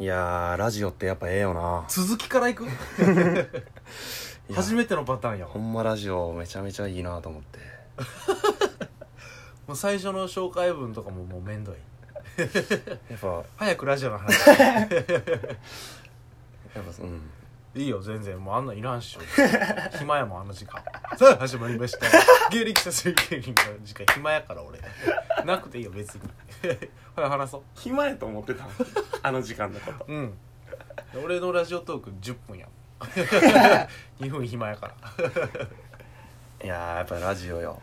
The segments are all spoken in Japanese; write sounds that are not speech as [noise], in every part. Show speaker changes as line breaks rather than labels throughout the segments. いやーラジオってやっぱええよな
続きから
[laughs]
いく
いや
初めてのパターンやわ
ほんまラジオめちゃめちゃいいなと思って
もう最初の紹介文とかももうめんどい
やっぱや
早くラジオ
[laughs]
の話
っぱうん
いいよ全然もうあんなんいらんっしょ暇やもんあの時間 [laughs] さあ始まりました「芸歴者推薦人」の時間暇やから俺なくていいよ別に [laughs] はい話そ
暇やと思ってた [laughs] あの時間のこと
ううん俺のラジオトーク10分やもん2分暇やから
いやーやっぱラジオよ、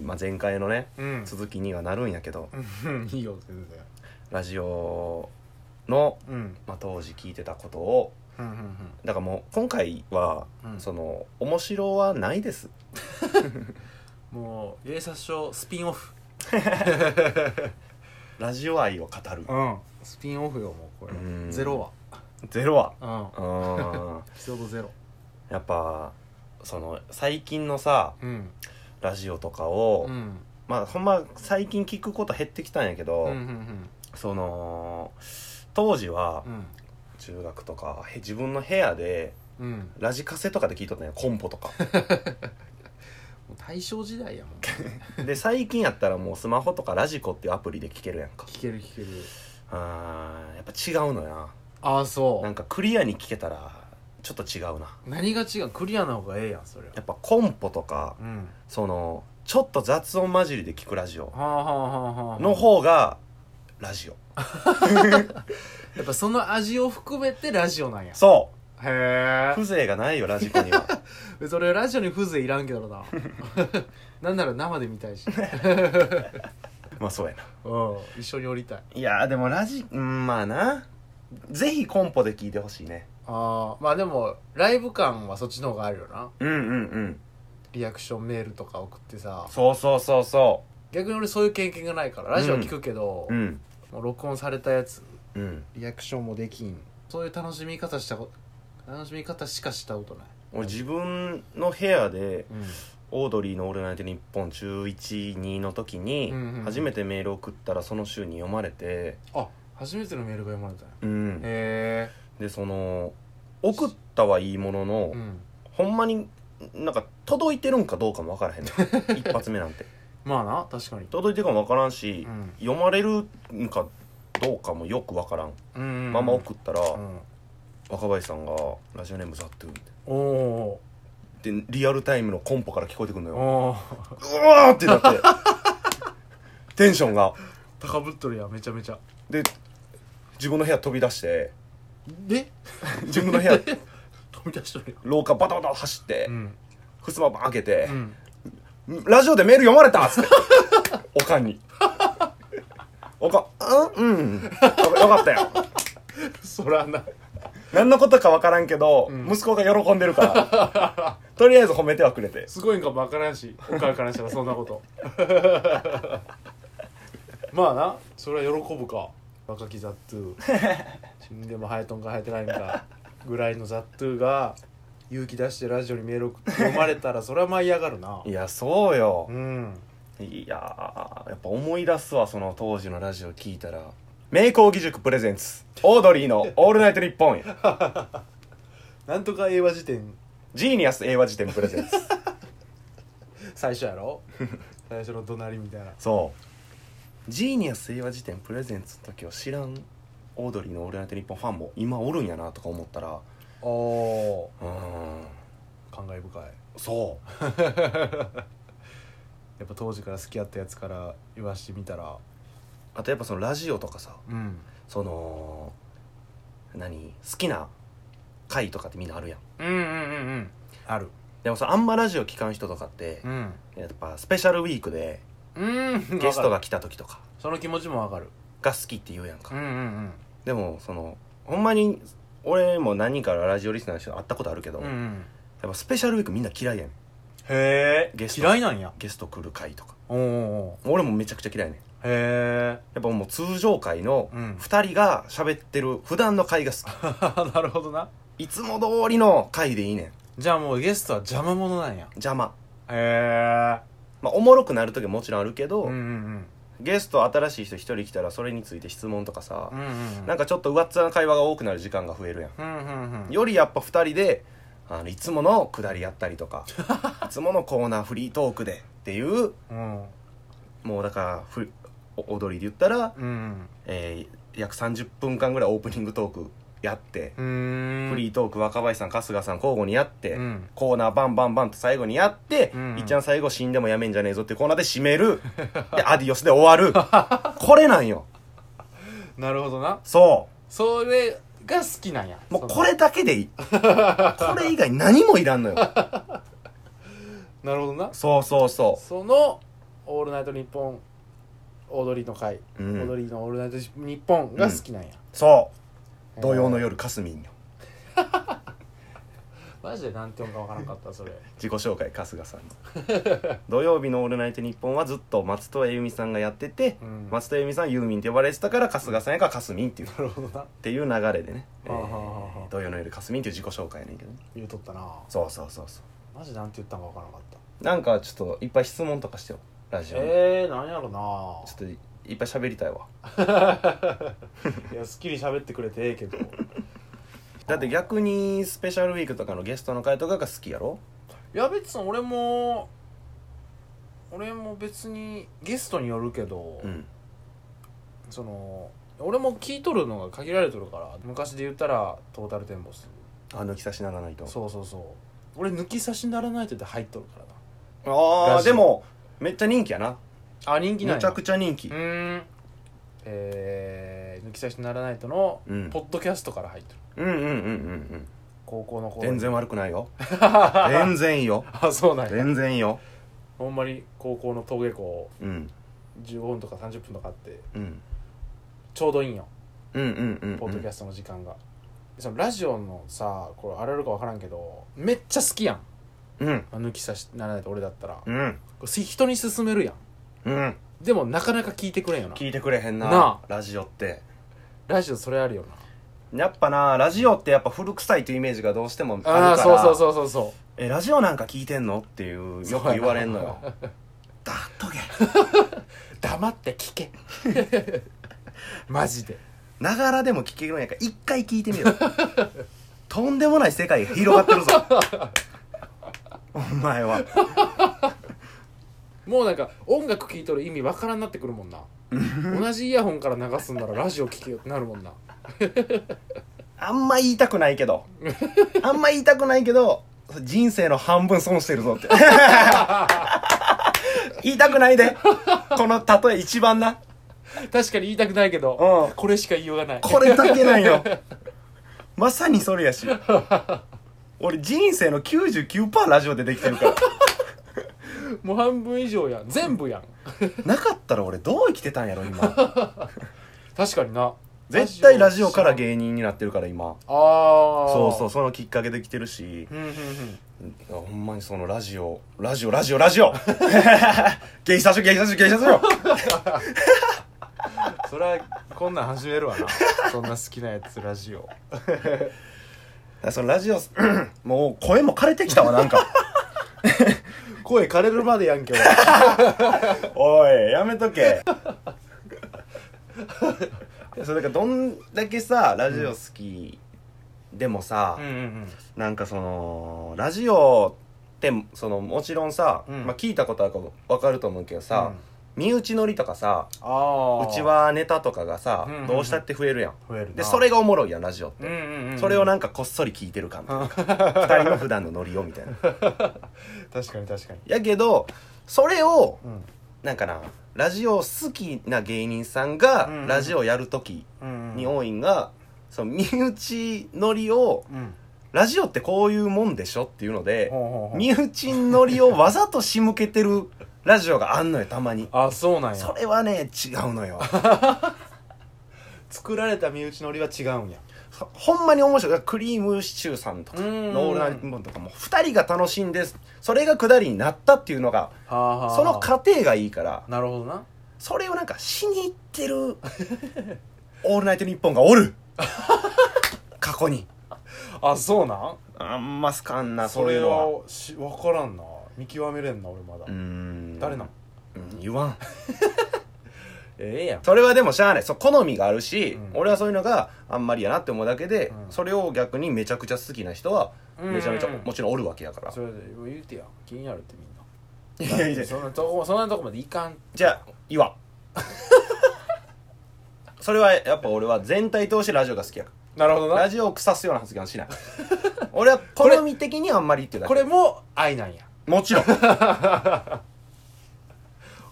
まあ、前回のね
うん
続きにはなるんやけど
うんいいよ全然
ラジオの、
うん
まあ、当時聞いてたことを
うんうん
だからもう今回は、
うん
その面白はないです
うんもう「警察署スピンオフ」
ラジオ愛を語る
うんスピンオフよもうこ
う
れ
ん
ゼロ
ゼロは
は
うーん
うんエピソードゼロ
やっぱその最近のさ
うん
ラジオとかを、
うん
まあほんま最近聞くこと減ってきたんやけど、
うんうん
その当時は
うん
中学とかへ自分の部屋で
うんうん
ラジカセとかで聞いとったんやコンポ
[laughs]
とか
もう大正時代やもん
で最近やったらもうスマホとかラジコっていうアプリで聞けるやんか
聞ける聞ける
あーやっぱ違うのよ
ああ
な
そ
なんかクリアに聞けたらちょっと違うな
う何が違うクリアな方がええやんそれ
やっぱコンポとか
うん
そのちょっと雑音混じりで聞くラジオ
はあはあはあはあ
の方がラジオ
やっぱその味を含めてラジオなんや
そ
へ
う風情がないよラジコに
[laughs]
は
えそれラジオに風情いらんけどな [laughs] なんなら生で見たいし
まあそうやな
うん一緒に降りたい
いやーでもラジうんまあなぜひコンポで聞いてほしいね
ああまあでもライブ感はそっちの方があるよな
うんうんうん
リアクションメールとか送ってさ
そうそうそうそ
逆に俺そういう経験がないからラジオ聞くけど、
ううん
もう録音されたやつ
うん
リアクションもできんそういう楽しみ方したこ楽しみ方しかしたことない
俺自分の部屋で
うん
オードリーの「オールナイトニッポン」中12の時に
うんうんうん
初めてメール送ったらその週に読まれて
あ初めてのメールが読まれたね
うん
へ
でその送ったはいいものの、
えうん
ほんまになんか届いてるんかどうかも分からへんの [laughs] 一発目なんて
まあな確かに
届いてるかも分からんし、
うん
読まれるんかどうかもよく分からん、
うん
まま送ったら、
うん
若林さんが「ラジオネームザットゥー」みたい
おお
なでリアルタイムのコンポから聞こえてくるのよ
ーおー [laughs]
うわーってなって [laughs] テンションが
高ぶっとるやんめちゃめちゃ
で自分の部屋飛び出して
で
自分の部屋
[laughs] 飛び出しとるや
廊下バタバタ走って、
んうん
ふすまばん開けて [laughs]
う、ん
ラジオでメール読まれたっつっておかんにおかんうんうんよかったよ
そらな
何のことか分からんけど、
うん
息子が喜んでるからとりあえず褒めてはくれて
すごいんかもわからんしお母からしたらそんなこと
[laughs]
まあなそれは喜ぶか若きザットゥー [laughs] 死んでも生えとんか生えてないんかぐらいのザットゥーが勇気出してラジオにメール送って読まれたらそれは舞い上がるない
やそうよ
うん
いやーやっぱ思い出すわその当時のラジオ聞いたら名工義塾プレゼンツオードリーの「オールナイトニッポン」
なんとか英和辞典
ジーニアス英和辞典プレゼンツ
最初やろ [laughs] 最初の怒鳴りみたいな
そうジーニアス英和辞典プレゼンツの時を知らんオードリーの「オールナイトニッポン」ファンも今おるんやなとか思ったら
おお
うーん
感慨深い
そ
やっぱ当時から好きやったやつから言わしてみたら
うあとやっぱそのラジオとかさ
うん
その何好きな回とかってみんなあるやん
うんうんうんうんある
でもさあんまラジオ聞かん人とかって
うん
やっぱスペシャルウィークで
うん
ゲストが来た時とか
その気持ちもわかる
が好きって言うやんか、
んうん
でもそのほんまに俺も何人かラジオリスナーの人会ったことあるけど、
う
やっ
ん
ぱスペシャルウィークみんな嫌いやねん
へ
ゲスト
嫌いなんや
ゲスト来る回とか
おうお
俺もめちゃくちゃ嫌いねん
うへえ [laughs]
やっぱもう通常回の
うん
2人が喋ってる普段の回が好
なるほどな
きいつも通りの回でいいねん
じゃあもうゲストは邪魔者なんや
邪魔
へえ
まあおもろくなる時はもちろんあるけど、
うんうん
ゲスト新しい人一人来たらそれについて質問とかさ、
うんうん
なんかちょっと上っ面な会話が多くなる時間が増えるやん
うんうんうん
よりやっぱ2人であのいつものくだりやったりと
[laughs]
かいつものコーナーフリートークでっていう
うん
もうだからふお踊りで言ったら、
うん
えー約30分間ぐらいオープニングトークやって、
うん
フリートーク若林さん春日さん交互にやって、
うん
コーナーバンバンバンと最後にやって、
うん
いっちゃん最後死んでもやめんじゃねえぞっていうコーナーで締め
[laughs]
るでアディオスで終わるこれなんよ
なるほどな
そ
それが好きなんや
うも
そうの
これだけでい
[laughs]
いこれ以外何もいらんのよ
なるほどな
そうそうそ
その「オールナイトニッポン」踊りの会、
うん
踊りの「オールナイトニッポン」が好きなんや、
うそう土曜の夜かすみんよ
マジで何て読むかわからんかったそ [laughs] れ
自己紹介春日さん [laughs] の土曜日の「オールナイトニッポン」はずっと松戸由美さんがやってて、
うん
松戸由美さんユーミンって呼ばれてたから春日さんやからかすみんっていうっ
なるほどな
ていう流れでね、えー
はあはあはあはあ
土曜の夜かすみんっていう自己紹介やねんけどね
言うとったな
そうそうそうそう
マジなんて言ったんかわからんかった
なんかちょっといっぱい質問とかしてよラジオに、
えー、なんやろ
ちょっ
な
といいっぱい喋りたいわ
[laughs] いやすっきり喋ってくれてええけど
だって逆にスペシャルウィークとかのゲストの回とかが好きやろ
いや別に俺も俺も別にゲストによるけど、
うん
その俺も聞いとるのが限られとるから昔で言ったらトータルテンボス
あ抜き差しならないと
そうそうそう俺抜き差しならないと言って入っとるから
あ
ラ
あ
ジオ
でもめっちゃ人気やな
なあ人気ない
めちゃくちゃ人気
うーんえー、抜き差しならないとの
うん
ポッドキャストから入っとる、
うんうんうんうん
高校の
うん
頃に
全
[laughs]
然悪くないよ全然いいよ
あそうなんや
全然いいよ
ほんまに高校の登下校
うん
15分とか30分とかあって
うん
ちょうどいいんよ
うんうんうんうん
ポッドキャストの時間が、そのラジオのさこれあれあるか分からんけどめっちゃ好きやん
うん
抜き差しならないと俺だったら、こ
うん
れ人に勧めるやん
うん
でもなかなか聞いてくれんよな
聞いてくれへんな
なあ
ラジオって
ラジオそれあるよな
やっぱなラジオってやっぱ古臭いというイメージがどうしてもあるから
ああそうそうそうそうそ
えラジオなんか聞いてんのっていうよく言われんのよだっとけ
う黙って聞け [laughs] マジで
ながらでも聞けるんやから一回聞いてみ
[laughs]
ろとんでもない世界が広がってるぞ
[laughs]
お前は
もうなんか音楽聴いとる意味わからんなってくるも
[laughs]
んな同じイヤホンから流すんならラジオ聴けよってなるもんな
あんま言いたくないけどあんま言いたくないけど人生の半分損してるぞって言いたくないでこの例え一番な
確かに言いたくないけど、
うん
これしか言いようがない
これだけなんよまさにそれやし俺人生の99%ラジオでできてるから
もう半分以上やん全部やん
なかったら俺どう生きてたんやろ今
確かにな
絶対ラジオから
ー
芸人になってるから今
ああ
そうそう
そ
そのきっかけできてるし
うんうんうん
ほんまにそのラジオラジオラジオラジオ [laughs] 芸者しよ芸者しよ芸者しよ
それはこんなん始める [laughs] わなそんな好きなやつラジオ
そのラジオ [clears throat] もう声も枯れてきたわなん
[laughs]
か
声枯れるまでやんけ俺
おいやめとけ [laughs] それだからどんだけさラジオ好きでもさ、
うんうん
なんかそのラジオってそのもちろんさ、
うん
まあ、聞いたことあるか分かると思うけどさ、
うん
身内乗りとかさ
ああ
うちはネタとかがさ、
うんうんうん
どうしたって増えるやん
増えるな
でそれがおもろいやんラジオっ
う
て、
んうん、うん、
それをなんん
[laughs]
かこっそり聞いてる感みたいな2人の普段のノリをみたいな
確かに確かに
やけどそれを
うん
なんかなラジオ好きな芸人さんが
うんうん
ラジオやる時
うんうん
に多いんが、その身内乗りを
うん
ラジオってこういうもんでしょっていうので、
ほうほうほう
身内乗りをわざと仕向けてるラジオがあんのよたまに
あそうなん
そ
や
れはね違うの
[laughs]
よ
作られた身内乗りは違うんや
ほほんまに面白いクリームシチューさんとか
うーん
ノールナイトニッポンとかも2人が楽しんでそれがくだりになったっていうのが
はあはあ
その過程がいいから
なるほどな
それをなんかしに行ってる [laughs] オールナイトニッポンがお [laughs] る過去に
あそうなん
あんま好かんな
そ
そうい
れ
うのは
はし分からんな見極めれんな俺まだ、
うーん
誰なん
うん言わん
ええや
[laughs]
ん
それはでもしゃあないそう好みがあるし、
うん
俺はそういうのがあんまりやなって思うだけで、
うん
それを逆にめちゃくちゃ好きな人は
うん
めちゃめちゃ、もちろんおるわけやから、
それで言うてや気になるってみんない
やいや
そんなとこそんなとこまでいかん
じゃあ言わん [laughs] それはやっぱ俺は全体通してラジオが好きやから
なるほど
ラジオを腐すような発言はしない俺は好み的にあんまりっていうだけ
これも愛なんや
もちろん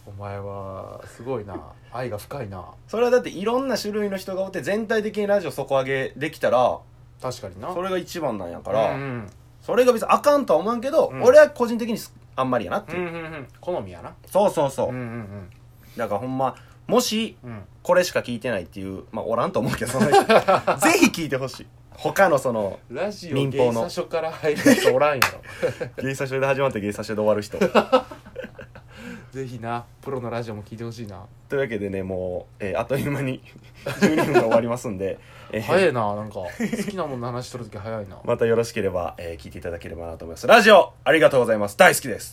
お前はすごいな愛が深いな
[laughs] それはだっていろんな種類の人がおって全体的にラジオ底上げできたら
確かにな
それが一番なんやか、
からうんうん
それが別にあかんとは思わんけど、
うん
俺は個人的にすあんまりやなってい
うん
う、
うんうん好みやな
そうそうそう、
うんうん
だからほんまもし
うんうん
これしか聞いてないっていうまあおらんと思うけどその
[laughs]
人ぜひ聞いてほしい他のその
ラジオ
民
芸
放
最
の
初から入る人おらんやろ [laughs]
芸者所で始まって芸者所で終わる人
ぜひなプロのラジオも聞いてほしいな
というわけでねもう、えーあっという間に12分が終わりますん
[laughs]
で、えー
早いななんか好きなもの話しとる時早いな
またよろしければ、えー聞いていただければなと思いますラジオありがとうございます大好きです